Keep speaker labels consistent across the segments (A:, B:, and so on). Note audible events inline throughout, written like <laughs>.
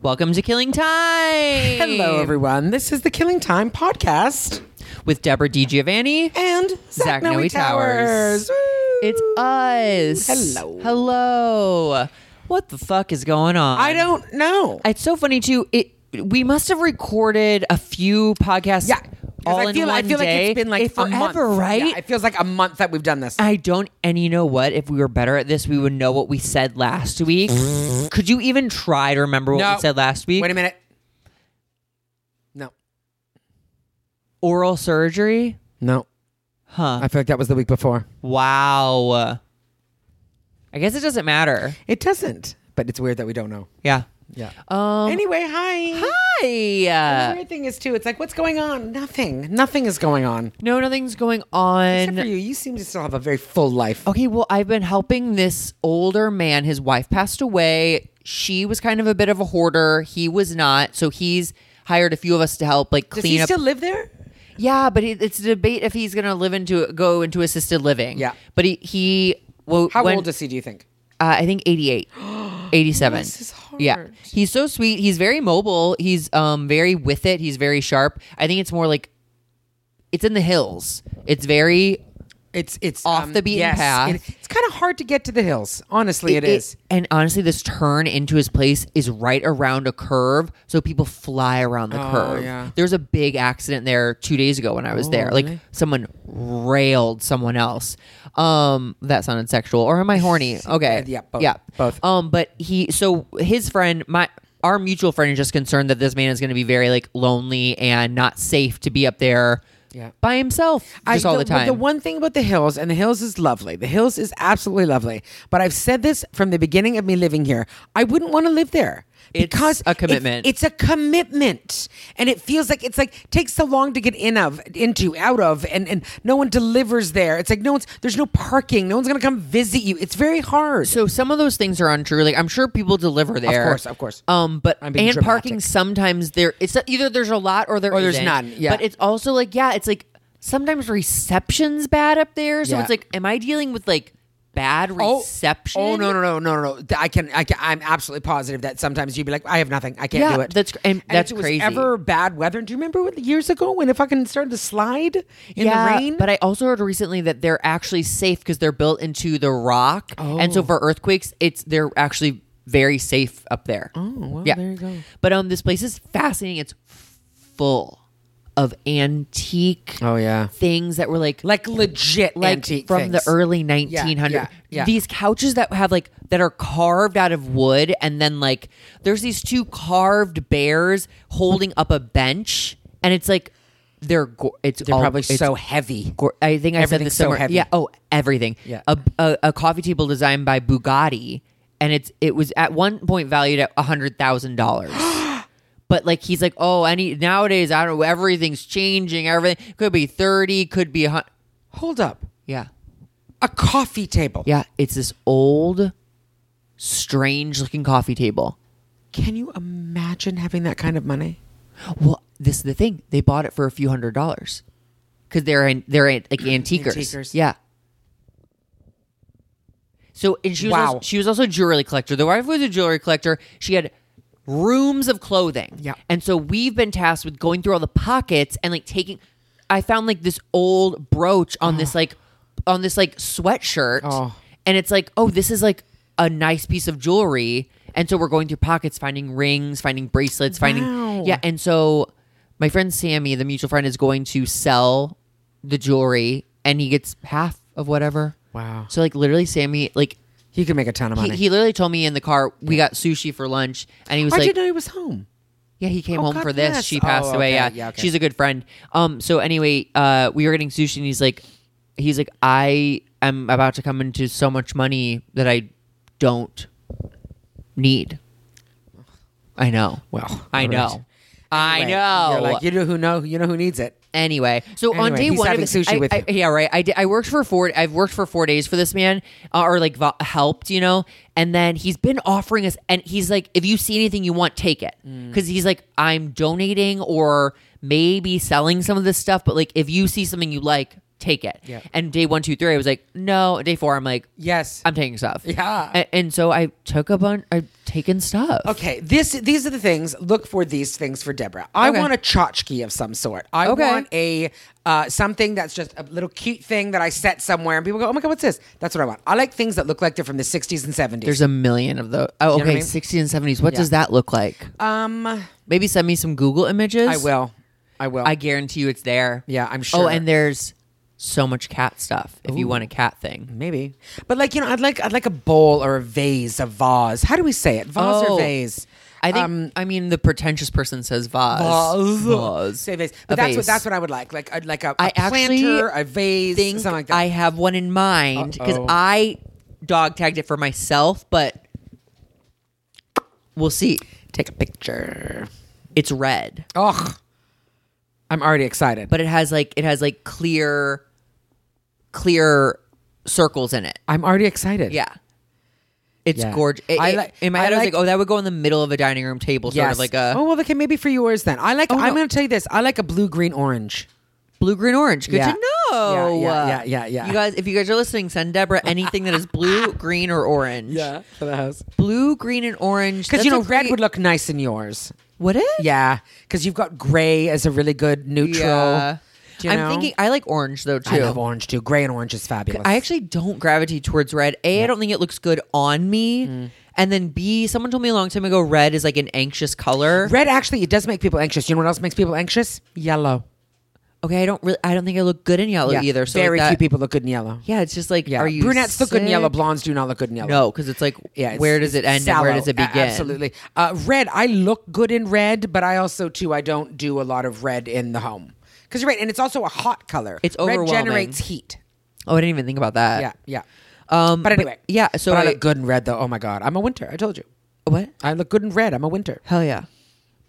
A: Welcome to Killing Time.
B: Hello, everyone. This is the Killing Time podcast
A: With Deborah DiGiovanni.
B: and
A: Zach
B: Zach, Noe,
A: Noe
B: Towers.
A: Towers. It's us.
B: Hello.
A: Hello. What the fuck is going on?
B: I don't know.
A: It's so funny too. It we must have recorded a few podcasts.
B: yeah, 'Cause
A: all
B: I
A: in
B: feel
A: one
B: I feel like
A: day.
B: it's been like
A: It-
B: a month.
A: forever, right?
B: Yeah, it feels like a month that we've done this.
A: I don't. And you know what? If we were better at this, we would know what we said last
B: <laughs>
A: week. Could you even try to remember what we said last week?
B: Wait a minute. No,
A: Oral surgery.
B: no.
A: Huh.
B: I feel like that was the week before.
A: Wow. I guess it doesn't matter.
B: It doesn't, but it's weird that we don't know.
A: Yeah.
B: Yeah.
A: Um.
B: anyway, hi. The
A: Hi.
B: weird thing is too. It's like, what's going on? Nothing. Nothing is going on.
A: No, nothing's going
B: Except for
A: on.
B: you. You seem to still have a very full life.
A: Okay, well, I've been helping this older man. His wife passed away. She was kind of a bit of a hoarder. He was not. So he's hired a few of us to help, like
B: Does
A: clean
B: he
A: up.
B: still live there?
A: yeah, but it, it's a debate if he's going to live into go into assisted living.
B: Yeah.
A: but he he. Well,
B: How
A: when-
B: old is he? Do you think?
A: uh, I think 88, 87.
B: Bless his heart.
A: Yeah. He's so sweet. He's very mobile. He's um very with it. He's very sharp. I think it's more like it's in the hills. It's very
B: It's it's
A: Off the beaten path.
B: and it's kind of hard to get to the hills. Honestly, it
A: it-
B: is.
A: and honestly this turn into his place is right around a curve, so people fly around the
B: Oh,
A: curve.
B: yeah.
A: There was a big accident there 2 days ago when I was there. Like someone railed someone else. Um that sounded sexual or am I horny? Okay.
B: uh, Yeah, both.
A: Yeah.
B: Both.
A: Um, but he so his friend, my our mutual friend, is just concerned that this man is going to be very like lonely and not safe to be up there
B: Yeah.
A: by himself just
B: I-
A: all the, time.
B: The one thing about the hills, and the hills is lovely. The hills is absolutely lovely. But I've said this from the beginning of me living here. I wouldn't want to live there.
A: It's
B: Because
A: a commitment.
B: It's, it's a commitment, and it feels like it's like takes so long to get in of, into, out of, and and no one delivers there. It's like no one's there's no parking. No one's gonna come visit you. It's very hard.
A: so some of those things are untrue. Like I'm sure people deliver there,
B: course, of course.
A: Um, but
B: I'm
A: and
B: being
A: parking
B: dramatic.
A: sometimes there. It's either there's a lot or there
B: Or there's
A: isn't.
B: none, yeah.
A: but it's also like yeah, it's like sometimes reception's bad up there. So
B: Yeah.
A: it's like, am I dealing with like bad reception?
B: Oh no no no no no! Th- I can I can, I'm absolutely positive that sometimes you'd be like I have nothing I can't
A: Yeah,
B: do it.
A: that's cr- and that's
B: if it was
A: crazy.
B: Ever bad weather? Do you remember what, years ago when it fucking started to slide in the rain?
A: But I also heard recently that they're actually safe because they're built into the rock, and
B: Oh.
A: so for earthquakes, it's they're actually very safe up there. Oh,
B: well, there you go.
A: But um, this place is fascinating. It's full of antique.
B: Oh, yeah.
A: things that were like
B: like legit
A: like
B: antique
A: from the
B: things.
A: early 1900s.
B: yeah, yeah.
A: These couches that have like that are carved out of wood, and then like there's these two carved bears holding up a bench, and it's like they're go- it's
B: They're
A: all-
B: probably
A: it's
B: so heavy.
A: gor- I think I said
B: Everything's
A: this
B: so
A: somewhere.
B: heavy.
A: Yeah. Oh, everything.
B: Yeah.
A: A, a, a coffee table designed by Bugatti, and it's it was at one point valued at hundred thousand
B: <gasps>
A: dollars. But like he's like, oh, any nowadays I don't know. Everything's changing. Everything could be thirty, could be a hun-
B: Hold up,
A: yeah,
B: a coffee table.
A: yeah. It's this old, strange looking coffee table.
B: Can you imagine having that kind of money?
A: Well, this is the thing. They bought it for a few hundred dollars because they're an, they're an,
B: <clears throat>
A: like antiquers.
B: Antiquers.
A: Yeah. So and she was
B: Wow.
A: also, she was also a jewelry collector. The wife was a jewelry collector. She had rooms of clothing.
B: Yeah.
A: And so we've been tasked with going through all the pockets and like taking. I found like this old brooch on this like on this like sweatshirt,
B: Oh.
A: and it's like oh this is like a nice piece of jewelry. And so we're going through pockets, finding rings, finding bracelets,
B: Wow.
A: finding yeah. And so my friend Sammy, the mutual friend, is going to sell the jewelry, and he gets half of whatever.
B: Wow.
A: So like literally, Sammy like
B: He could make a ton of
A: he,
B: money.
A: he literally told me in the car we got sushi for lunch, and he was
B: I
A: like,
B: didn't know he was home.
A: "Yeah, he came
B: Oh,
A: home
B: God
A: for this.
B: bless.
A: She passed
B: Oh,
A: away.
B: okay.
A: Yeah,
B: Yeah, okay.
A: she's a good friend." Um. So anyway, uh, we were getting sushi, and he's like, he's like, I am about to come into so much money that I don't need. I know.
B: Well,
A: I
B: all right.
A: know. I
B: Right.
A: know
B: You're like you know who know you know who needs it.
A: anyway so on
B: Anyway,
A: day
B: he's
A: one
B: having
A: of,
B: sushi
A: I-
B: with
A: I- yeah right I, did, I worked for four i've worked for four days for this man uh, or like vo- helped you know and then he's been offering us and he's like if you see anything you want take it
B: Mm.
A: because he's like i'm donating or maybe selling some of this stuff but like if you see something you like take it.
B: Yeah.
A: And day one, two, three, I was like, no. Day four, I'm like,
B: Yes.
A: I'm taking stuff.
B: Yeah.
A: A- And, so I took a bunch. I've taken stuff.
B: Okay, this these are the things. Look for these things for Deborah. I
A: Okay.
B: want a tchotchke of some sort. I
A: Okay.
B: want a uh, something that's just a little cute thing that I set somewhere, and people go, "Oh my god, what's this?" That's what I want. I like things that look like they're from the '60s and '70s.
A: There's a million of those. Oh,
B: know what I
A: okay.
B: mean?
A: 60s and 70s. What does that look like?
B: um,
A: Maybe send me some Google images.
B: I will, I will.
A: I guarantee you it's there.
B: Yeah, I'm
A: Oh,
B: sure.
A: and there's so much cat stuff if you want a cat thing.
B: Maybe, but like you know, I'd like I'd like a bowl or a vase, a vase. How do we say it? Vase
A: Oh.
B: or vase?
A: I think
B: Um,
A: I mean the pretentious person says vase. Vase.
B: Say vase.
A: A
B: But that's
A: vase.
B: what that's what I would like. Like a, like a, a
A: I actually
B: planter, a vase,
A: think
B: something like that.
A: I have one in mind because
B: Uh-oh.
A: I dog tagged it for myself, but we'll see.
B: Take a picture.
A: It's red,
B: Ugh. I'm already excited.
A: but it has like it has like clear, clear circles in it.
B: I'm already excited.
A: Yeah. It's
B: Yeah.
A: gorgeous. It-
B: I
A: it-
B: like-
A: in my
B: I
A: head, I, was
B: like-
A: like, "Oh, that would go in the middle of a dining room table, sort
B: Yes.
A: of like a Oh,
B: Oh well, okay, maybe for yours then. I like. I'm
A: no.
B: going to tell you this. I like a blue, green, orange.
A: blue, green, orange." Good
B: Yeah.
A: to know.
B: Yeah, yeah, yeah, yeah, yeah.
A: You guys, if you guys are listening, send Deborah anything that is
B: <laughs>
A: blue, green, or orange.
B: for the house.
A: blue, green, and orange.
B: Because you know,
A: That's a
B: red
A: great-
B: would look nice in yours.
A: would it?
B: Yeah, because you've got gray as a really good neutral.
A: Yeah.
B: Do you
A: I'm
B: know?
A: thinking I like orange though too.
B: I love orange too. Gray and orange is fabulous.
A: I actually don't gravitate towards red. A, I don't think it looks good on me.
B: Mm.
A: And then B, someone told me a long time ago red is like an anxious color.
B: red actually it does make people anxious. You know what else makes people anxious? Yellow.
A: Okay, I don't really I don't think I look good in yellow
B: Yeah.
A: Oh, either. So
B: very
A: like that-
B: few people look good in yellow.
A: Yeah, it's just like
B: Yeah,
A: are you
B: brunettes look good in
A: sick?
B: yellow. Blondes do not look good in yellow.
A: No, because it's like
B: Yeah, it's-
A: where does
B: it's
A: it end and where
B: sallow.
A: does it
B: A-
A: begin?
B: absolutely. Uh, red, I look good in red, but I also too I don't do a lot of red in the home because you're right, and it's also a hot color.
A: It's
B: Red
A: overwhelming.
B: generates heat.
A: Oh, I didn't even think about that.
B: Yeah, yeah.
A: Um,
B: But anyway,
A: yeah. So
B: but I,
A: I,
B: look good in red though. Oh my god, I'm a winter. I told you,
A: what?
B: I look good in red. I'm a winter.
A: Hell yeah.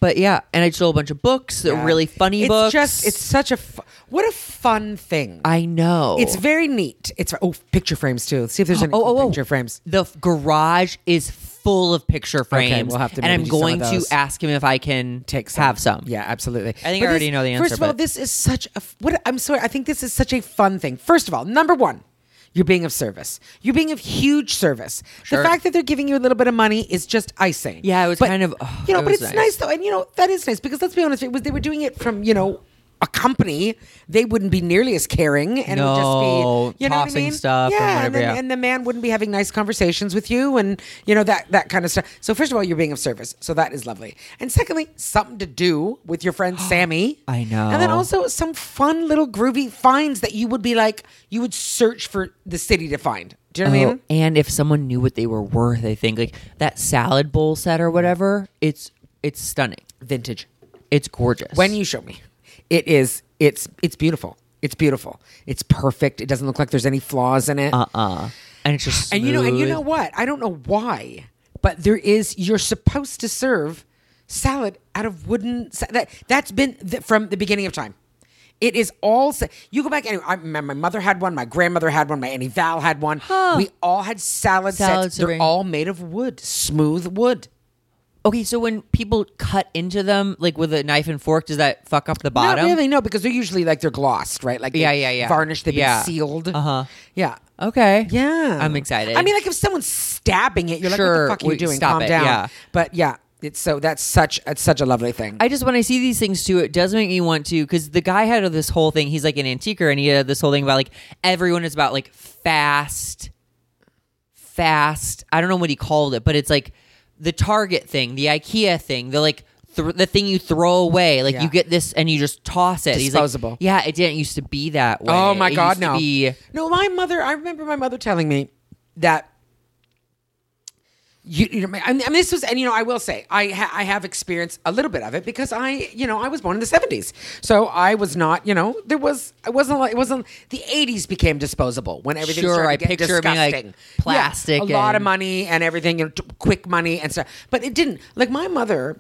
A: But yeah, and I stole a bunch of books,
B: Yeah.
A: really funny
B: Uh, it's
A: books. Oh.
B: Just it's such a fu- what a fun thing.
A: I know.
B: it's very neat. It's oh picture frames too. Let's see if there's
A: <gasps>
B: any
A: Oh, oh, oh.
B: picture frames.
A: the f- garage is full of picture frames.
B: we'll have to
A: and
B: maybe
A: I'm
B: do some of
A: going to
B: those.
A: ask him if I can
B: take some.
A: have some.
B: Yeah, absolutely. I
A: think I already know the
B: First
A: answer,
B: of all,
A: but-
B: this is such a f- what I'm sorry. I think this is such a fun thing. First of all, number one. You're being of service. You're being of huge service.
A: Sure.
B: The fact that they're giving you a little bit of money is just icing.
A: Yeah, it was kind of- oh,
B: you know,
A: it
B: but
A: was
B: it's
A: nice.
B: nice. though, and you know that is nice because let's be honest, it was they were doing it from you know a company. They wouldn't be nearly as caring, and it
A: No,
B: would just be you know what I
A: tossing
B: mean?
A: stuff and
B: Yeah,
A: whatever,
B: then-
A: yeah.
B: and the man wouldn't be having nice conversations with you and you know that that kind of stuff so first of all you're being of service so that is lovely and secondly something to do with
A: <gasps>
B: your friend sammy
A: I know.
B: and then also some fun little groovy finds that you would be like you would search for the city to find do you know what i
A: Oh,
B: mean
A: and if someone knew what they were worth, I think like that salad bowl set or whatever, it's it's stunning.
B: vintage
A: It's gorgeous.
B: when you show me it is it's it's beautiful it's beautiful it's perfect it doesn't look like there's any flaws in it
A: uh uh and it's just
B: And you know, and you
A: smooth.
B: know what? I don't know why, but there is. You're supposed to serve salad out of wooden. sa- That that's been th- from the beginning of time. It is all. sa- You go back. Anyway, I, my, my mother had one. My grandmother had one. My auntie Val had one. We all had salad,
A: Salad
B: sets. They're
A: serving.
B: all made of wood, smooth wood.
A: Okay, so when people cut into them like with a knife and fork, does that fuck up the bottom?
B: Not really, no, because they're usually like they're glossed, right? Like they
A: Yeah, yeah, yeah.
B: varnished. They've
A: Yeah.
B: been sealed.
A: Uh huh.
B: Yeah.
A: Okay.
B: Yeah.
A: I'm excited.
B: I mean, like if someone's stabbing it, you're
A: Sure,
B: like, what the fuck are
A: we-
B: you doing?
A: stop
B: Calm
A: it,
B: down.
A: yeah.
B: But yeah, it's so that's such it's such a lovely thing.
A: I just when I see these things too, it does make me want to because the guy had this whole thing. He's like an antiquer, and he had this whole thing about like everyone is about like fast, fast. I don't know what he called it, but it's like the Target thing, the IKEA thing, the like th- the thing you throw away. Like
B: Yeah.
A: you get this and you just toss it. He's like,
B: Disposable.
A: yeah, it didn't used to be that way.
B: oh my
A: It
B: god,
A: used to
B: no.
A: be-
B: No, my mother I remember my mother telling me that you, you know, I mean, I mean, this was, and you know, I will say, I ha- I have experienced a little bit of it because I, you know, I was born in the seventies, so I was not, you know, there was, I wasn't like, it wasn't the eighties became disposable when everything
A: Sure,
B: started to
A: I
B: get
A: picture it being, like,
B: disgusting.
A: plastic
B: yeah, a lot of
A: and-
B: money and everything, you know, t- quick money and stuff. But it didn't. Like my mother,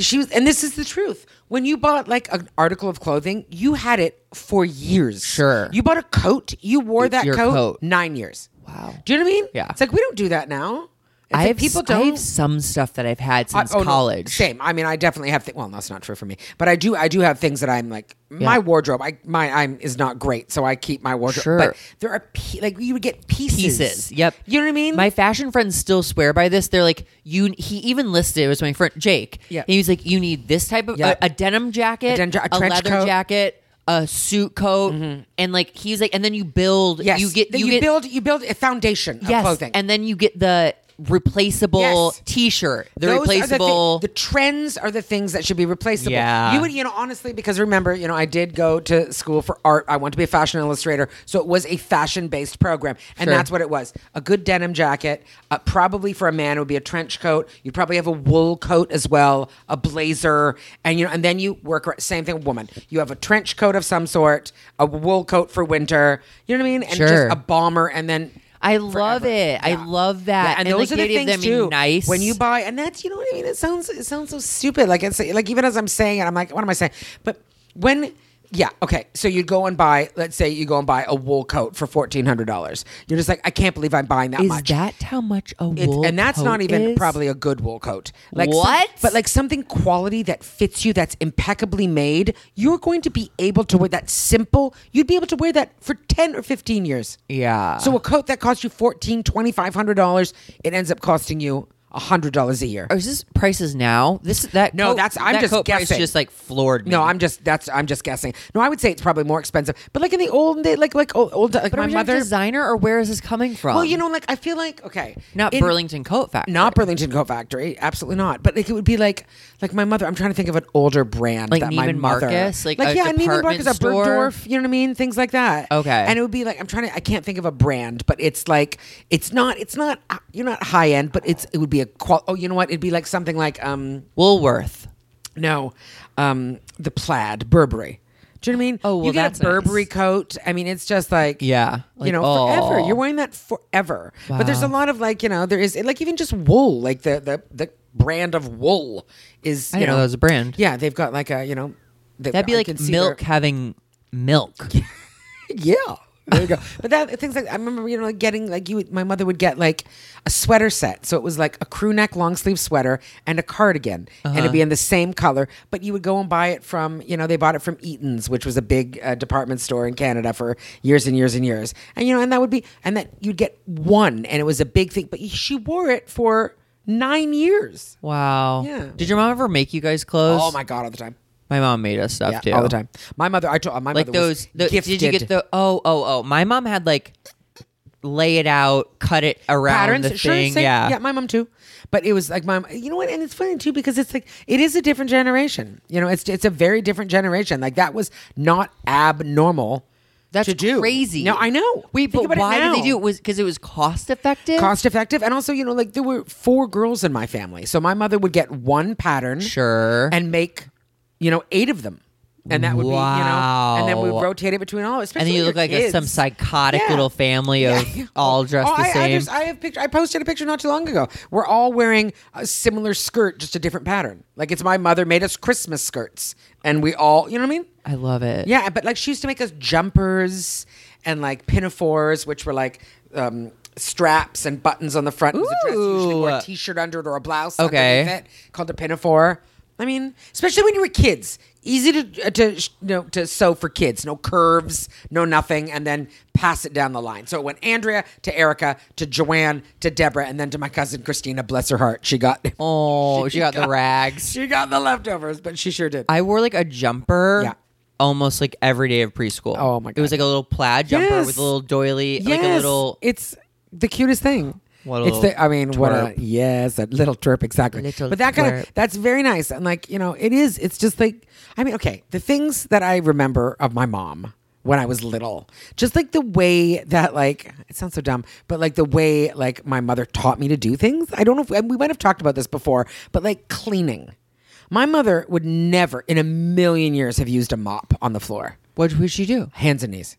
B: she was, and this is the truth. When you bought like an article of clothing, you had it for years.
A: Sure.
B: you bought a coat, you wore that
A: your
B: coat,
A: coat.
B: nine years.
A: Wow.
B: do you know what I mean?
A: Yeah.
B: it's like we don't do that now. It's
A: I
B: like
A: have
B: people
A: people I
B: don't-
A: have some stuff that I've had
B: I-
A: since
B: oh, no,
A: college.
B: same. I mean, I definitely have. Th- well, that's not true for me, but I do. I do have things that I'm like my wardrobe. I my I'm is not great, so I keep my wardrobe.
A: Sure.
B: But there are pe- like you would get pieces.
A: pieces. Yep.
B: You know what I mean?
A: My fashion friends still swear by this. They're like, you. He even listed it was my friend Jake.
B: Yeah.
A: He was like, you need this type of
B: Yep.
A: a, a denim jacket,
B: A
A: a,
B: denim ja- a trench
A: leather
B: coat. Mm-hmm.
A: jacket, a suit coat, and like he's like, and then you build.
B: yes.
A: You get.
B: That
A: You, get.
B: build. You build a foundation of
A: yes.
B: clothing.
A: And then you get the replaceable
B: Yes.
A: T-shirt. The
B: Those are thi-
A: replaceable.
B: the trends are the things that should be replaceable.
A: Yeah.
B: You would, you know, honestly, because remember, you know, I did go to school for art. I want to be a fashion illustrator, so it was a fashion-based program, and
A: Sure.
B: that's what it was: a good denim jacket. Uh, probably for a man, it would be a trench coat. You'd probably have a wool coat as well, a blazer, and you know, and then you work ar- same thing. Woman, you have a trench coat of some sort, a wool coat for winter. You know what I mean? And
A: Sure.
B: just a bomber, and then.
A: I love
B: forever.
A: it. I
B: Yeah.
A: love that.
B: Yeah, and, those
A: like,
B: are the
A: idea of
B: things
A: them being
B: too.
A: Nice
B: When you buy, and that's you know what I mean. It sounds it sounds so stupid. Like it's like even as I'm saying it, I'm like, what am I saying? But when yeah, okay. So you'd go and buy, let's say you go and buy a wool coat for fourteen hundred dollars. You're just like, I can't believe I'm buying that
A: Is
B: much.
A: that how much a
B: It's-
A: wool
B: and that's not
A: coat
B: even
A: is?
B: probably a good wool coat. Like some-
A: What?
B: but like something quality that fits you, that's impeccably made. You're going to be able to wear that simple. You'd be able to wear that for ten or fifteen years.
A: Yeah.
B: So a coat that costs you fourteen, twenty five hundred dollars, it ends up costing you hundred dollars a year.
A: Or is this prices now? This that
B: No,
A: coat-
B: that's- I'm
A: that
B: just
A: coat price
B: guessing.
A: just like floored me.
B: No, I'm just that's I'm just guessing. No, I would say it's probably more expensive. But like in the old day, like like old, old like
A: But
B: my
A: are we talking
B: mother.
A: designer, or where is this coming from?
B: Well, you know, like I feel like okay,
A: not
B: in-
A: Burlington Coat Factory.
B: Not Burlington Coat Factory, absolutely not. But like it would be like like my mother. I'm trying to think of an older brand
A: Like
B: that my
A: Neiman
B: mother,
A: Marcus? Like a
B: yeah, Neiman
A: department
B: Marcus, a
A: store?
B: Bergdorf, you know what I mean, things like that.
A: Okay.
B: and it would be like I'm trying to. I can't think of a brand, but it's like it's not it's not you're not high end, but it's it would be a qual. Oh, you know what? It'd be like something like um
A: Woolworth.
B: no, um, the plaid Burberry. Do you know what I mean?
A: Oh, well,
B: you get
A: that's
B: a Burberry
A: nice.
B: coat. I mean, it's just like
A: Yeah.
B: you
A: Like,
B: know,
A: oh.
B: forever. You're wearing that forever. But there's a
A: Wow.
B: lot of like, you know, there is like even just wool, like the the the brand of wool is.
A: I
B: you
A: didn't know that was a brand.
B: Yeah, they've got like a you know, they-
A: That'd be
B: I
A: like
B: can see their-
A: milk having milk.
B: <laughs> yeah. There you go. But that things like I remember, you know, like getting like you. would- My mother would get like a sweater set, so it was like a crew neck long sleeve sweater and a cardigan, and
A: Uh-huh.
B: it'd be in the same color. But you would go and buy it from, you know, they bought it from Eaton's, which was a big uh, department store in Canada for years and years and years. And you know, and that would be, and that you'd get one, and it was a big thing. But she wore it for nine years.
A: Wow.
B: Yeah.
A: Did your mom ever make you guys clothes?
B: Oh my god, all the time.
A: My mom made us stuff
B: Yeah,
A: too
B: all the time. My mother, I told my
A: Like
B: mother
A: those.
B: was
A: The,
B: gifted.
A: did you get the? Oh oh oh. My mom had like lay it out, cut it around
B: patterns.
A: the thing.
B: sure, same.
A: yeah.
B: yeah, my mom too. But it was like my, you know what? And it's funny too because it's like it is a different generation. You know, it's it's a very different generation. Like that was not abnormal.
A: That's
B: to do.
A: crazy.
B: No, I know.
A: Wait, but
B: Think about it
A: why did
B: now.
A: they do it? Was because it was cost effective?
B: Cost effective, and also you know, like there were four girls in my family, so my mother would get one pattern,
A: Sure.
B: and make, you know, eight of them, and that would be, you know, and then
A: Wow.
B: we rotate it between all. of us,
A: and then
B: especially
A: you look
B: your
A: like a, some
B: kids.
A: psychotic
B: Yeah.
A: little family of
B: Yeah. <laughs>
A: all dressed
B: Oh,
A: the
B: I, I,
A: same.
B: just- I have picture. I posted a picture not too long ago. We're all wearing a similar skirt, just a different pattern. Like it's my mother made us Christmas skirts, and we all, you know what I mean?
A: I, love it.
B: Yeah, but like she used to make us jumpers and like pinafores, which were like um, straps and buttons on the front. It was a dress. You usually wore a
A: Ooh.
B: t-shirt under it or a blouse.
A: Okay.
B: underneath it, called a pinafore. I mean, especially when you were kids, easy to uh, to you know to sew for kids. No curves, no nothing, and then pass it down the line. So it went Andrea to Erica to Joanne to Deborah, and then to my cousin Christina. Bless her heart, she got <laughs>
A: Oh, she got the rags.
B: she got the leftovers, but she sure did.
A: I wore like a jumper.
B: Yeah.
A: Almost like every day of preschool.
B: Oh, my
A: It was
B: God.
A: like a little plaid jumper
B: Yes.
A: with a little doily,
B: yes,
A: like a little.
B: It's the cutest thing.
A: What a
B: it's the,
A: little
B: I mean, what a
A: twerp.
B: yes, a little twerp exactly.
A: Little
B: but that kind
A: twerp.
B: of that's very nice, and like you know, it is. It's just like I mean, okay, the things that I remember of my mom when I was little, just like the way that like it sounds so dumb, but like the way like my mother taught me to do things. I don't know if and we might have talked about this before, but like cleaning, my mother would never in a million years have used a mop on the floor,
A: What would she do?
B: hands and knees.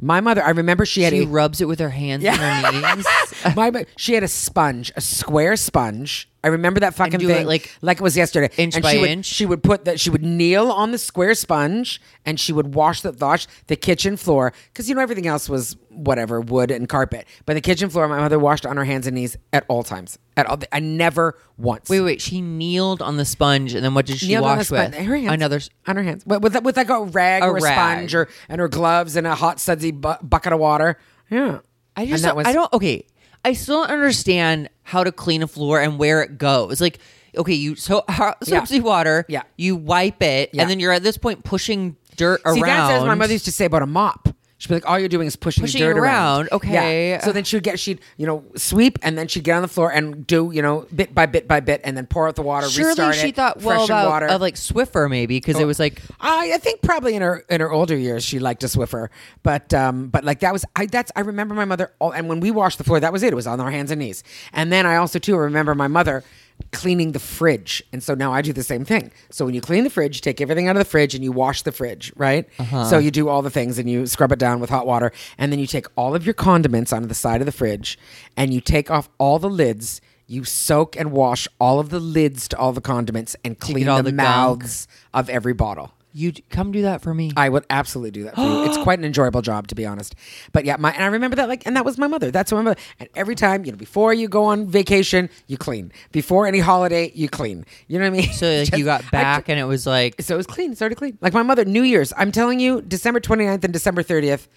B: My mother, I remember she had
A: She
B: a
A: rubs it with her hands
B: <laughs>
A: and her knees.
B: my mo- she had a sponge, a square sponge. I remember that fucking
A: do it,
B: thing,
A: like,
B: like it was yesterday.
A: inch
B: and
A: by
B: she would,
A: inch?
B: She would put that. She would kneel on the square sponge, and she would wash the wash the kitchen floor because you know everything else was whatever wood and carpet. But the kitchen floor, my mother washed on her hands and knees at all times. At all, I never once.
A: Wait, wait. She kneeled on the sponge, and then what did she
B: Kneeled on
A: wash
B: the spon-
A: with?
B: Her hands.
A: Another. s-
B: on her hands with with, with like a rag
A: A
B: or a
A: rag.
B: sponge or and her gloves and a hot sudsy bu- bucket of water. Yeah,
A: I
B: And
A: just.
B: that
A: don't- I don't. Okay. I still don't understand how to clean a floor and where it goes. Like, okay, you so <laughs> how,
B: Yeah.
A: soapsy water.
B: Yeah.
A: You wipe it,
B: Yeah.
A: and then you're at this point pushing dirt
B: See,
A: around.
B: that's what my mother used to say about a mop. She'd be like, "All you're doing is pushing,
A: Pushing
B: dirt
A: it
B: around."
A: around, okay.
B: Yeah. So then she'd get she'd you know sweep and then she'd get on the floor and do you know bit by bit by bit and then pour out the water.
A: Surely
B: restart
A: she
B: it,
A: thought well
B: freshen
A: about
B: water. Oh.
A: of like Swiffer maybe because it was like
B: I, I think probably in her in her older years she liked a Swiffer, but um, but like that was I that's I remember my mother all, and when we washed the floor that was it it was on our hands and knees and then I also too remember my mother cleaning the fridge and so now I do the same thing so when you clean the fridge you take everything out of the fridge and you wash the fridge right so you do all the things and you scrub it down with hot water and then you take all of your condiments onto the side of the fridge and you take off all the lids. You soak and wash all of the lids to all the condiments and clean
A: all
B: the,
A: the gunk.
B: mouths of every bottle.
A: you d- come do that for me.
B: I would absolutely do that for you.
A: <gasps>
B: It's quite an enjoyable job, to be honest. But yeah, my and I remember that like, and that was my mother. That's what my mother. And every time, you know, before you go on vacation, you clean. Before any holiday, you clean. You know what I mean?
A: so like, you
B: <laughs> Just-
A: got
B: I-
A: back and it was like
B: so it was clean. It started clean. Like my mother, New Year's. I'm telling you, December 29th and December 30th,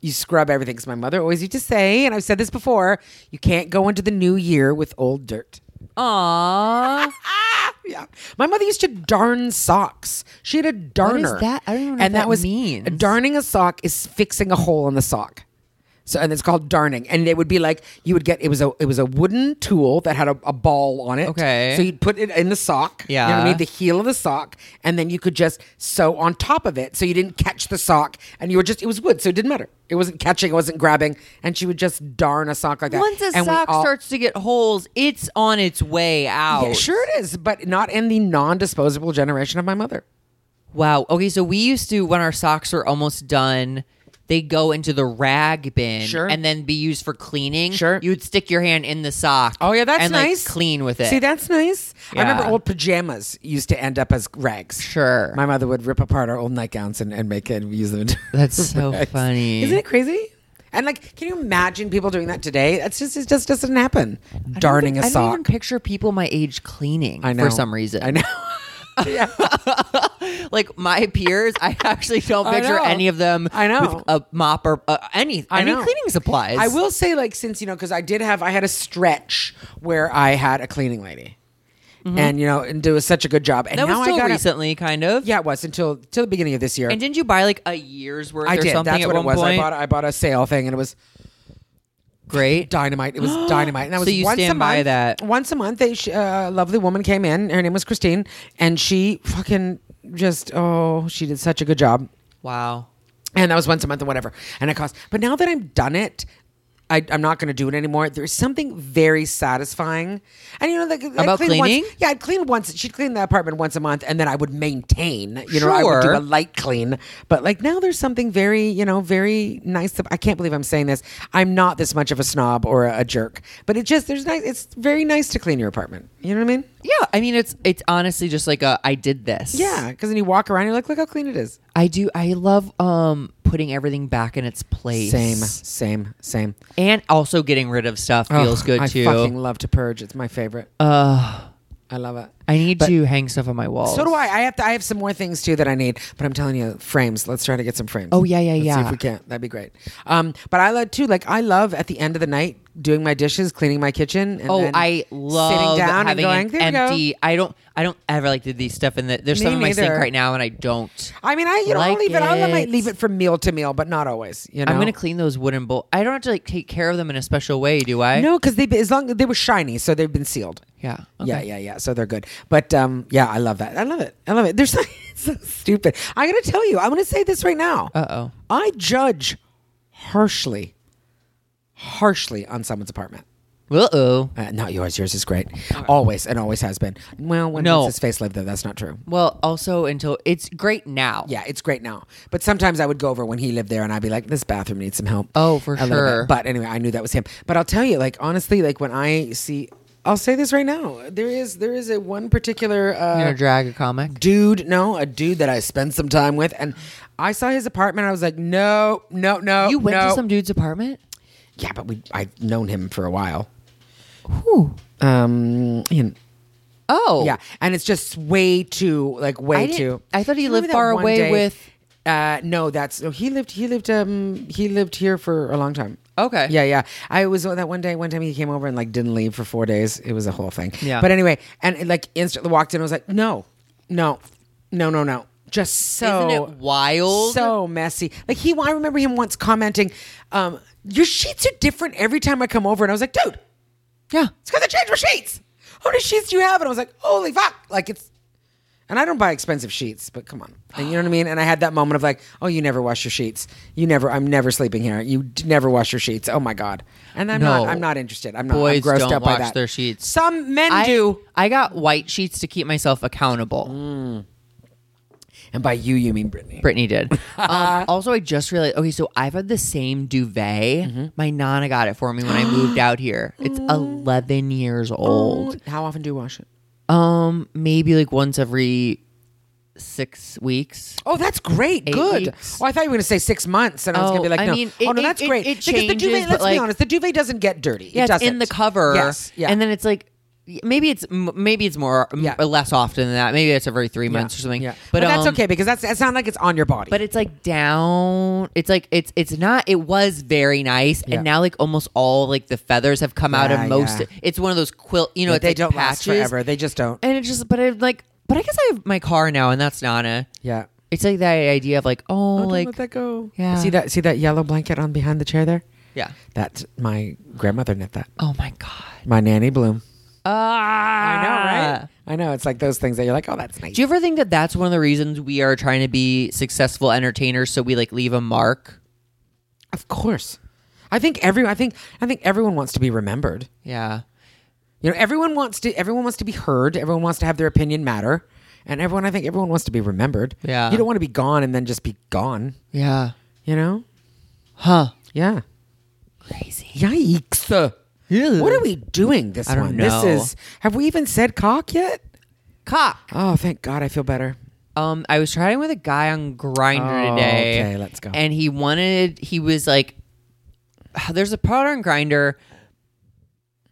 B: you scrub everything. Because my mother always used to say, and I've said this before, you can't go into the new year with old dirt.
A: Aw.
B: Ah, Yeah. My mother used to darn socks. She had a darner.
A: that? I don't even know what
B: and that
A: that
B: was
A: means.
B: Darning a sock is fixing a hole in the sock. So and it's called darning. And it would be like you would get it was a it was a wooden tool that had a, a ball on it.
A: Okay.
B: So you'd put it in the sock. You know what I
A: Yeah.
B: mean? The heel of the sock. And then you could just sew on top of it. So you didn't catch the sock and you were just it was wood, so it didn't matter. It wasn't catching, it wasn't grabbing, and she would just darn a sock like that.
A: Once a
B: And we
A: sock
B: all-
A: starts to get holes, it's on its way out.
B: Yeah, sure it is, but not in the non-disposable generation of my mother.
A: Wow. Okay, so we used to when our socks were almost done, they go into the rag bin
B: Sure.
A: and then be used for cleaning.
B: Sure.
A: You'd stick your hand in the sock.
B: Oh yeah, that's
A: and, like,
B: nice.
A: clean with it.
B: See, that's nice. I remember
A: Yeah.
B: old pajamas used to end up as rags.
A: Sure.
B: My mother would rip apart our old nightgowns and, and make it and use them. into
A: <laughs> That's so
B: <laughs> rags.
A: funny.
B: Isn't it crazy? And like, can you imagine people doing that today? That's just it just doesn't happen.
A: I don't
B: Darning
A: think-
B: a
A: I
B: sock.
A: don't even picture people my age cleaning
B: I know
A: for some reason. <laughs>
B: I know. <laughs> yeah.
A: like my peers, I actually don't
B: I
A: picture
B: know.
A: any of them.
B: I know.
A: with a mop or uh, any
B: I
A: any
B: know.
A: cleaning supplies.
B: I will say, like, since you know, because I did have, I had a stretch where I had a cleaning lady, and you know, and do such a good job. And
A: Mm-hmm. That
B: now
A: was still
B: I got a-
A: recently, kind of.
B: yeah, it was until till the beginning of this year.
A: And didn't you buy like a year's worth
B: I
A: or
B: did.
A: something
B: That's
A: at
B: what it
A: one
B: was.
A: point?
B: I bought. I bought a sale thing, and it was
A: Great.
B: dynamite.
A: <gasps>
B: It was dynamite. And that
A: So
B: was
A: you
B: once a
A: stand by
B: month,
A: that.
B: Once a month, they sh- uh, a lovely woman came in. Her name was Christine, and she fucking just oh, she did such a good job.
A: Wow.
B: And that was once a month and whatever, and it cost. But now that I'm done it. I, I'm not going to do it anymore. There's something very satisfying, and you know, like, I
A: About
B: cleaned once-
A: cleaning?
B: yeah, I'd clean once. She'd clean the apartment once a month, and then I would maintain. You know, I would do
A: Sure.
B: a light clean. But like now, there's something very, you know, very nice. ab- I can't believe I'm saying this. I'm not this much of a snob or a, a jerk, but it just there's nice. It's very nice to clean your apartment. You know what I mean?
A: Yeah, I mean it's it's honestly just like a I did this.
B: Yeah, because then you walk around, you're like, look how clean it is.
A: I do. I love um putting everything back in its place.
B: Same, same, same.
A: And also getting rid of stuff feels
B: Ugh,
A: good
B: I
A: too.
B: fucking love to purge. It's my favorite.
A: Ugh.
B: I love it.
A: I need
B: But-
A: to hang stuff on my walls.
B: So do I. I have to. I have some more things too that I need. But I'm telling you, frames. Let's try to get some frames.
A: Oh, yeah, yeah,
B: Let's See
A: yeah.
B: if we can, that'd be great. Um, but I love too. Like I love at the end of the night doing my dishes, cleaning my kitchen. And
A: Oh,
B: then
A: I love
B: sitting down
A: having
B: and going.
A: an
B: "There we go."
A: empty. I don't. I don't ever like to do these stuff in the. There's
B: Me
A: some in my sink
B: neither.
A: right now, and I don't.
B: I mean, I you know I'll
A: Like
B: leave it. I'll, I might
A: it.
B: leave it from meal to meal, but not always. You know,
A: I'm gonna clean those wooden bowls. I don't have to like take care of them in a special way, do I?
B: no, because they as long they were shiny, so they've been sealed.
A: Yeah.
B: Yeah,
A: okay.
B: yeah, yeah. So they're good. But um, yeah, I love that. I love it. I love it. <laughs> They're so, so stupid. I'm gonna tell you. I'm gonna say this right now.
A: Uh-oh.
B: I judge harshly, harshly on someone's apartment.
A: Uh oh.
B: Uh, not yours. Yours is great. Always and always has been. Well, when
A: No.
B: it's his face lived though, that's not true.
A: Well, also until it's great now.
B: Yeah, it's great now. But sometimes I would go over when he lived there and I'd be like, this bathroom needs some help.
A: Oh, for
B: A little bit.
A: sure.
B: But anyway, I knew that was him. But I'll tell you, like, honestly, like when I see I'll say this right now. There is there is a one particular uh,
A: You're gonna drag a comic.
B: dude, no, a dude that I spent some time with, and I saw his apartment. I was like, no, no, no.
A: You went
B: no.
A: to some dude's apartment.
B: yeah, but we I've known him for a while.
A: Who?
B: Um, and-
A: Oh,
B: yeah, and it's just way too like way
A: I didn't-
B: too.
A: I thought he
B: Remember
A: lived
B: that
A: far
B: one
A: away with-
B: Uh, no, that's no. He lived. He lived. Um, he lived here for a long time.
A: Okay.
B: Yeah, yeah. I was that one day. One time he came over and like didn't leave for four days. It was a whole thing.
A: Yeah.
B: But anyway, and it, like instantly walked in. I was like, no, no, no, no, no. Just so
A: Isn't it wild?
B: so messy. Like he, I remember him once commenting, um, "Your sheets are different every time I come over," and I was like, "Dude,
A: Yeah.
B: it's because I changed my sheets. How many sheets do you have? And I was like, holy fuck. Like it's, and I don't buy expensive sheets, but come on. And you know what I mean? And I had that moment of like, oh, you never wash your sheets. You never, I'm never sleeping here. You d- never wash your sheets. Oh my God. And I'm
A: No.
B: not, I'm not interested. I'm not,
A: Boys
B: I'm grossed
A: don't
B: out by
A: wash
B: that.
A: their sheets.
B: Some men
A: I
B: do. Mm.
A: I got white sheets to keep myself accountable.
B: And by you, you mean Brittany.
A: Brittany
B: <laughs>
A: did. Um, also, I just realized. Okay, so I've had the same duvet.
B: Mm-hmm.
A: My nana got it for me when I moved out here.
B: <gasps>
A: It's eleven years
B: Oh.
A: old.
B: How often do you wash it?
A: Um, maybe like once every six weeks.
B: Oh, that's great. Good.
A: weeks.
B: Oh, I thought you were going to say six months, and I was going
A: Oh,
B: to be like,
A: I
B: no.
A: mean,
B: oh,
A: it-
B: no,
A: it-
B: that's
A: it-
B: great.
A: it
B: because the
A: changes,
B: duvet,
A: but,
B: let's be
A: like-
B: honest, the duvet doesn't get dirty.
A: Yeah,
B: it
A: it's
B: doesn't.
A: in the cover.
B: Yes. Yeah.
A: and then it's like. Maybe it's m- maybe it's more m-
B: Yeah.
A: or less often than that. Maybe it's every three months or something.
B: Yeah.
A: but,
B: But, that's
A: um,
B: okay because that's it's not like it's on your body.
A: But it's like down. It's like it's it's not. It was very nice,
B: Yeah.
A: and now like almost all like the feathers have come out
B: Yeah,
A: of most.
B: yeah.
A: It's one of those quilt. You know,
B: But
A: it's
B: they
A: like
B: don't
A: patches,
B: last forever. They just don't.
A: and it just. But I'm like. But I guess I have my car now, and that's Nana.
B: Yeah.
A: It's like that idea of like, oh, like
B: let that go.
A: Yeah.
B: See that see that yellow blanket on behind the chair there?
A: yeah.
B: That's my grandmother knit that.
A: Oh my god.
B: My nanny bloom.
A: Ah,
B: I know. It's like those things that you're like, oh, that's nice.
A: Do you ever think that that's one of the reasons we are trying to be successful entertainers, so we like leave a mark?
B: of course. I think every I think I think everyone wants to be remembered.
A: Yeah.
B: You know, everyone wants to everyone wants to be heard. Everyone wants to have their opinion matter. And everyone I think everyone wants to be remembered.
A: Yeah.
B: You don't want to be gone and then just be gone.
A: Yeah.
B: You know?
A: Huh.
B: Yeah.
A: Crazy.
B: Yikes.
A: Yeah.
B: What are we doing this
A: don't
B: one?
A: know.
B: This is have we even said cock yet?
A: Cock.
B: Oh, thank God I feel better.
A: Um, I was chatting with a guy on Grinder
B: Oh,
A: today.
B: okay, let's go.
A: And he wanted. He was like, <sighs> "There's a part on Grinder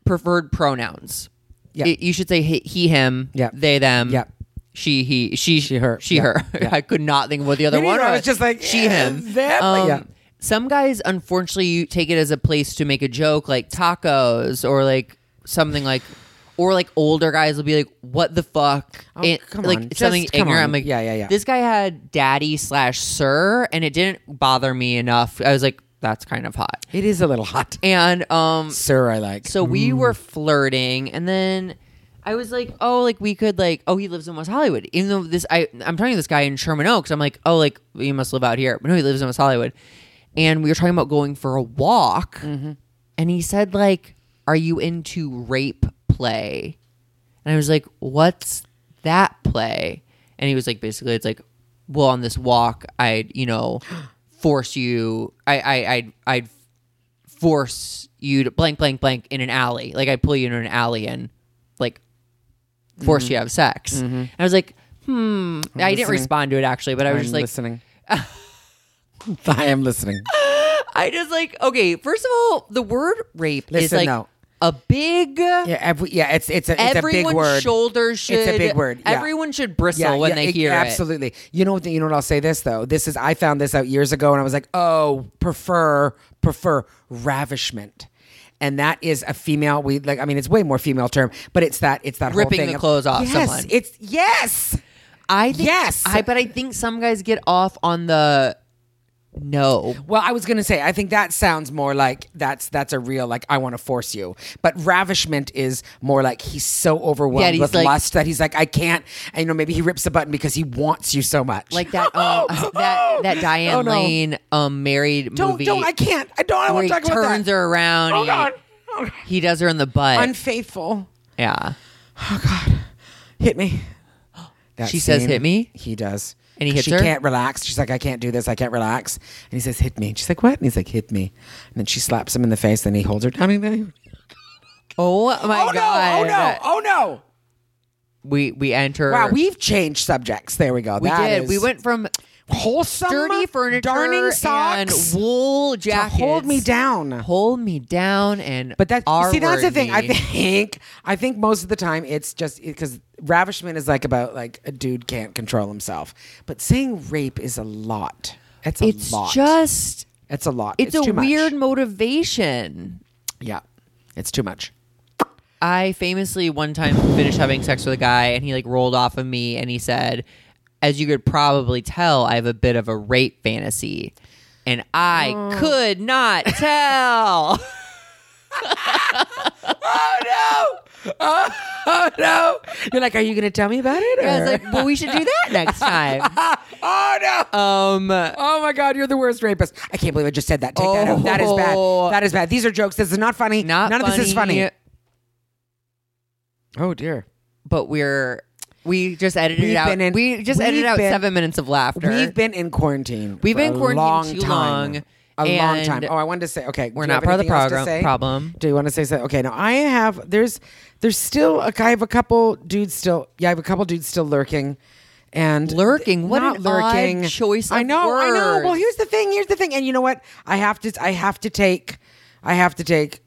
A: preferred pronouns.
B: Yeah.
A: It- you should say he, he him.
B: Yeah.
A: they, them.
B: Yeah.
A: she, he, she, she,
B: her.
A: she,
B: Yeah.
A: her. <laughs>
B: Yeah.
A: I could not think of what the other
B: Me
A: one
B: neither.
A: was.
B: I was just like,
A: she,
B: eh,
A: him,
B: <laughs> them?
A: Um,
B: Yeah.
A: Some guys, unfortunately, you take it as a place to make a joke, like tacos or like something like. Or like older guys will be like, "What the fuck?"
B: Oh,
A: And,
B: come
A: like
B: on. Just
A: something
B: come
A: ignorant.
B: on.
A: I'm like,
B: Yeah, yeah, yeah.
A: This guy had daddy slash sir, and it didn't bother me enough. I was like, that's kind of hot.
B: It is a little hot.
A: And um,
B: Sir, I like.
A: so we were flirting, and then I was like, oh, like we could like, oh, he lives in West Hollywood. Even though this, I I'm talking to this guy in Sherman Oaks. I'm like, oh, like you must live out here, but no, he lives in West Hollywood. And we were talking about going for a walk, and he said like, are you into rape play? And I was like, what's that play? And he was like, basically, it's like, well, on this walk, I'd, you know, <gasps> force you, I, I, I'd, I'd force you to blank, blank, blank in an alley. Like, I'd pull you into an alley and, like, force you to have sex. And I was like, hmm. I'm I did not
B: Mm-hmm. listening.
A: respond to it actually, but I was
B: I'm
A: just like,
B: listening.
A: <laughs>
B: I am listening.
A: I just like, okay, first of all, the word rape is
B: Listen,
A: like
B: no.
A: a big.
B: Yeah, every, yeah. It's it's a it's a big
A: Everyone's
B: word.
A: shoulders should.
B: It's a big word, yeah.
A: Everyone should bristle
B: yeah,
A: when
B: yeah,
A: they
B: it-
A: hear it.
B: absolutely. You know what? You know what? I'll say this though. This is I found this out years ago, and I was like, oh, prefer prefer ravishment. And that is a female. We like. I mean, it's way more female term, but it's that. It's that whole
A: Ripping
B: thing
A: the
B: of-
A: clothes off
B: Yes,
A: someone.
B: it's yes.
A: I think,
B: Yes.
A: I but I think some guys get off on the no.
B: Well, I was gonna say, I think that sounds more like that's that's a real like I want to force you. But ravishment is more like he's so
A: Yeah,
B: overwhelmed
A: he's
B: with
A: like-
B: lust that he's like, I can't. And you know, maybe he rips the button because he wants you so much.
A: Like
B: <laughs>
A: that um, that that Diane
B: Oh, no.
A: Lane um married
B: don't
A: movie.
B: don't I can't. I don't. I
A: where
B: want
A: he
B: to talk about
A: turns
B: that.
A: her around.
B: oh
A: he,
B: God, Oh, God.
A: he does her in the butt.
B: unfaithful.
A: yeah.
B: Oh God, hit me. <gasps> That
A: She says, "Hit me?"
B: He does.
A: And he hits
B: she
A: her?
B: can't relax. She's like, I can't do this. I can't relax. And he says, hit me. And she's like, what? And he's like, hit me. And then she slaps him in the face. Then he holds her down. I mean, then he-
A: Oh my
B: oh
A: Oh, god!
B: no! Oh no! Oh no!
A: We we enter.
B: Wow, we've changed subjects. There we go.
A: we
B: That
A: did. We
B: is
A: went from
B: wholesome,
A: dirty furniture,
B: darning socks.
A: and wool
B: to
A: jackets.
B: hold me down.
A: Hold me down, and
B: But that's see, that's the thing. I
A: R-worthy.
B: think I think most of the time it's just because ravishment is like about like a dude can't control himself, but saying rape is a lot. It's a
A: it's
B: lot.
A: just
B: it's a lot.
A: it's,
B: It's,
A: a
B: too much.
A: weird motivation.
B: Yeah, it's too much.
A: I famously one time finished having sex with a guy and he like rolled off of me and he said, As you could probably tell, I have a bit of a rape fantasy. And I could not
B: <laughs>
A: tell.
B: Oh no! Oh, oh, no! You're like, are you gonna tell me about it? Or?
A: I was like, Well, we should do that next time.
B: oh
A: <laughs>
B: no!
A: Um
B: Oh my God, you're the worst rapist. I can't believe I just said that. Take that out. That is
A: Oh.
B: bad. That is bad. These are jokes. This is not funny.
A: not
B: None of this is funny. Oh dear.
A: But we're we just edited it
B: We've
A: out.
B: been in-
A: we just edited
B: we've
A: out
B: been-
A: seven minutes of laughter.
B: We've been in quarantine.
A: We've
B: for
A: been
B: a
A: quarantined
B: long
A: too
B: time.
A: long,
B: A long
A: and
B: time. Oh, I wanted to say. Okay,
A: We're
B: do you
A: not
B: have
A: part of the
B: anything else to
A: program
B: say?
A: problem.
B: Do you want to say something? Okay, now I have. There's, there's still. A, I have a couple dudes still. Yeah, I have a couple dudes still lurking, and
A: Lurking? What
B: not
A: an odd
B: lurking
A: choice of
B: I know. I know. Well,
A: words.
B: here's the thing. Here's the thing. And you know what? I have to. I have to take. I have to take.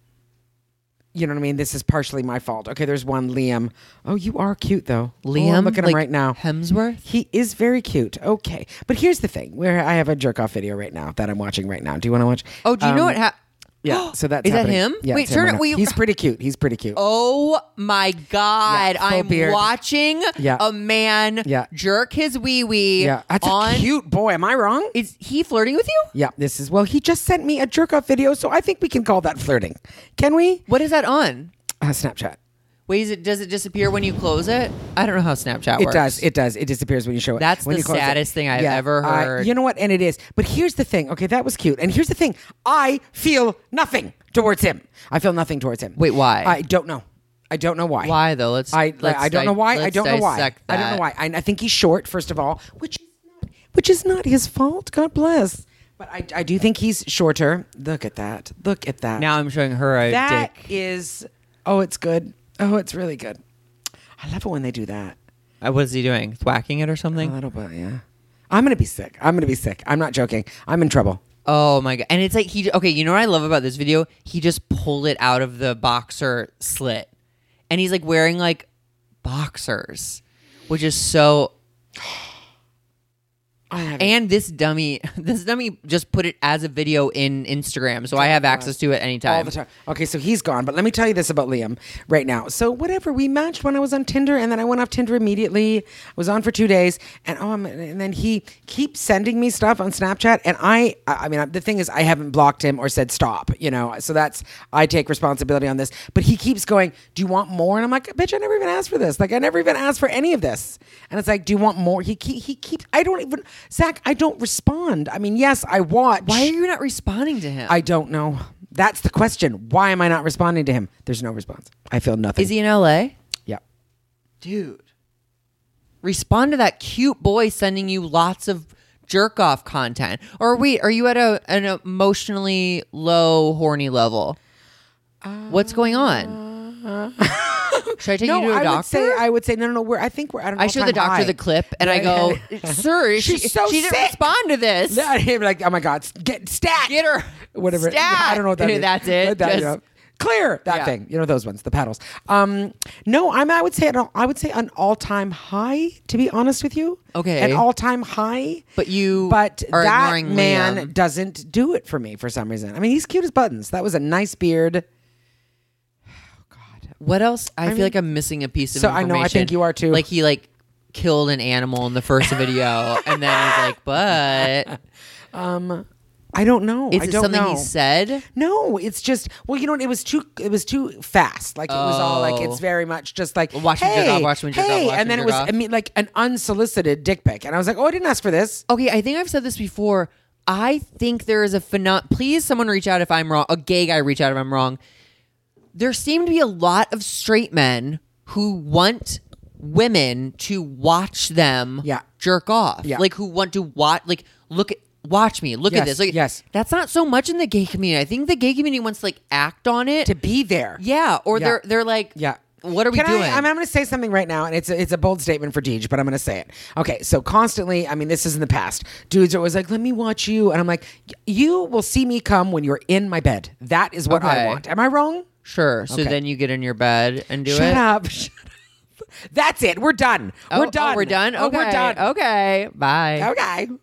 B: You know what I mean? This is partially my fault. Okay, there's one Liam. Oh, you are cute though. Oh, I'm
A: Liam
B: look at him
A: like
B: right now.
A: Hemsworth.
B: He is very cute. Okay. But here's the thing where I have a jerk off video right now that I'm watching right now. Do you want to watch? Um,
A: Oh, do you know what happened? <gasps>
B: Yeah. So that's
A: Is that
B: happening.
A: him?
B: Yeah,
A: Wait,
B: it's him
A: turn
B: right
A: it-
B: now.
A: will you-
B: He's pretty cute. He's pretty cute.
A: Oh my God.
B: Yeah, full
A: I'm
B: beard.
A: watching
B: Yeah.
A: a man
B: Yeah.
A: jerk his wee wee
B: yeah. That's
A: on.
B: a cute boy. Am I wrong?
A: Is he flirting with you?
B: yeah. This is well, he just sent me a jerk off video, so I think we can call that flirting. Can we?
A: What is that on?
B: Uh, Snapchat.
A: Wait, is it, does it disappear when you close it? I don't know how Snapchat
B: It
A: works.
B: does. It does. It disappears when you show it.
A: That's
B: When
A: the
B: you close it.
A: saddest thing I've ever
B: I-
A: heard.
B: you know what? And it is. But here's the thing. Okay, that was cute. And here's the thing. I feel nothing towards him. I feel nothing towards him.
A: Wait, why?
B: I don't know. I don't know why.
A: Why, though? Let's-
B: I
A: let's
B: I don't know
A: di-
B: why. I
A: let's
B: don't know why.
A: dissect
B: I don't
A: that.
B: know why. I, I think he's short, first of all, which is not, which is not his fault. God bless. But I, I do think he's shorter. Look at that. Look at that.
A: Now I'm showing her a
B: That
A: dick.
B: is. Oh, it's good. Oh, it's really good. I love it when they do that.
A: Uh, What is he doing? Thwacking it or
B: A
A: something?
B: little bit, yeah. I'm gonna be sick. I'm gonna be sick. I'm not joking. I'm in trouble.
A: Oh my God. And it's like he, okay, you know what I love about this video? He just pulled it out of the boxer slit. And he's like wearing like boxers, which is so
B: I have
A: and this dummy <laughs> this dummy just put it as a video in instagram so i have access to it anytime
B: all the time. Okay, so he's gone. But let me tell you this about Liam right now. So whatever, we matched when I was on Tinder, and then I went off Tinder immediately. I was on for two days, and oh, I'm, and then he keeps sending me stuff on Snapchat, and I, I I mean, the thing is, I haven't blocked him or said stop. You know, so that's I take responsibility on this. But he keeps going. Do you want more? And I'm like, bitch, I never even asked for this. Like, I never even asked for any of this. And it's like, do you want more? He keep, he keeps. I don't even Zach. I don't respond. I mean, yes, I watch.
A: why are you not responding to him
B: I don't know. That's the question. Why am I not responding to him? There's no response. I feel nothing.
A: is he in la
B: Yeah.
A: dude respond to that cute boy sending you lots of jerk off content or wait are you at a, an emotionally low horny level what's going on should i take
B: No,
A: you to a
B: I
A: doctor
B: would say I would say no, no, no. We're I think we're at an
A: I show the
B: all-time
A: doctor
B: high.
A: the clip and I
B: Right. <laughs>
A: go, Sir,
B: She's
A: she,
B: so
A: she didn't
B: sick."
A: respond to this.
B: Yeah, I'd be like, oh my god, get stat,
A: Get her.
B: whatever.
A: Stat.
B: I don't know what that
A: Yeah,
B: is.
A: that's it.
B: But that, you
A: Just-
B: know, clear that
A: Yeah.
B: thing. You know those ones, the paddles. Um, no, I'm. I would say an, all- I would say an all-time high. To be honest with you,
A: Okay.
B: an all-time high.
A: But you
B: but
A: are
B: that
A: ignoring
B: man
A: Liam.
B: doesn't do it for me for some reason. I mean, he's cute as buttons. That was a nice beard.
A: What else? I, feel
B: mean-
A: like I'm missing a piece of
B: So, I
A: information.
B: know, I think you are too.
A: Like he like killed an animal in the first video, and then he's like,
B: <laughs>
A: "But
B: I don't know.
A: is
B: I
A: it
B: don't
A: something
B: know.
A: he said?"
B: No, it's just well, you know, what, it was too, it was too fast. Like it was all like it's
A: Oh.
B: very much just like
A: Watch me
B: hey,
A: jerk off, watch me jerk off,
B: hey,
A: watch me
B: and then it
A: jerk
B: was
A: off.
B: I mean, like an unsolicited dick pic, and I was like, oh, I didn't ask for this.
A: Okay, I think I've said this before. I think there is a phenom. Please, someone reach out if I'm wrong. A gay guy reach out if I'm wrong. There seem to be a lot of straight men who want women to watch them
B: Yeah.
A: jerk off.
B: Yeah.
A: Like who want to watch, like look at watch me, look at
B: Yes,
A: this. Like,
B: yes.
A: that's not so much in the gay community. I think the gay community wants to like act on it.
B: to be there.
A: yeah, or
B: Yeah.
A: they're they're like,
B: Yeah.
A: what are we
B: Can
A: doing?
B: I, I'm, I'm going to say something right now, and it's a, it's a bold statement for Deej, but I'm going to say it. Okay, so constantly, I mean, this is in the past. Dudes are always like, "Let me watch you," and I'm like, "You will see me come when you're in my bed. That is what I
A: Okay.
B: want." Am I wrong?
A: sure. So
B: Okay.
A: then you get in your bed and do
B: Shut
A: it.
B: up. <laughs> Shut up. That's it. We're done.
A: Oh,
B: we're
A: oh,
B: done.
A: we're done.
B: Oh,
A: Okay.
B: we're done.
A: Okay. Bye.
B: Okay.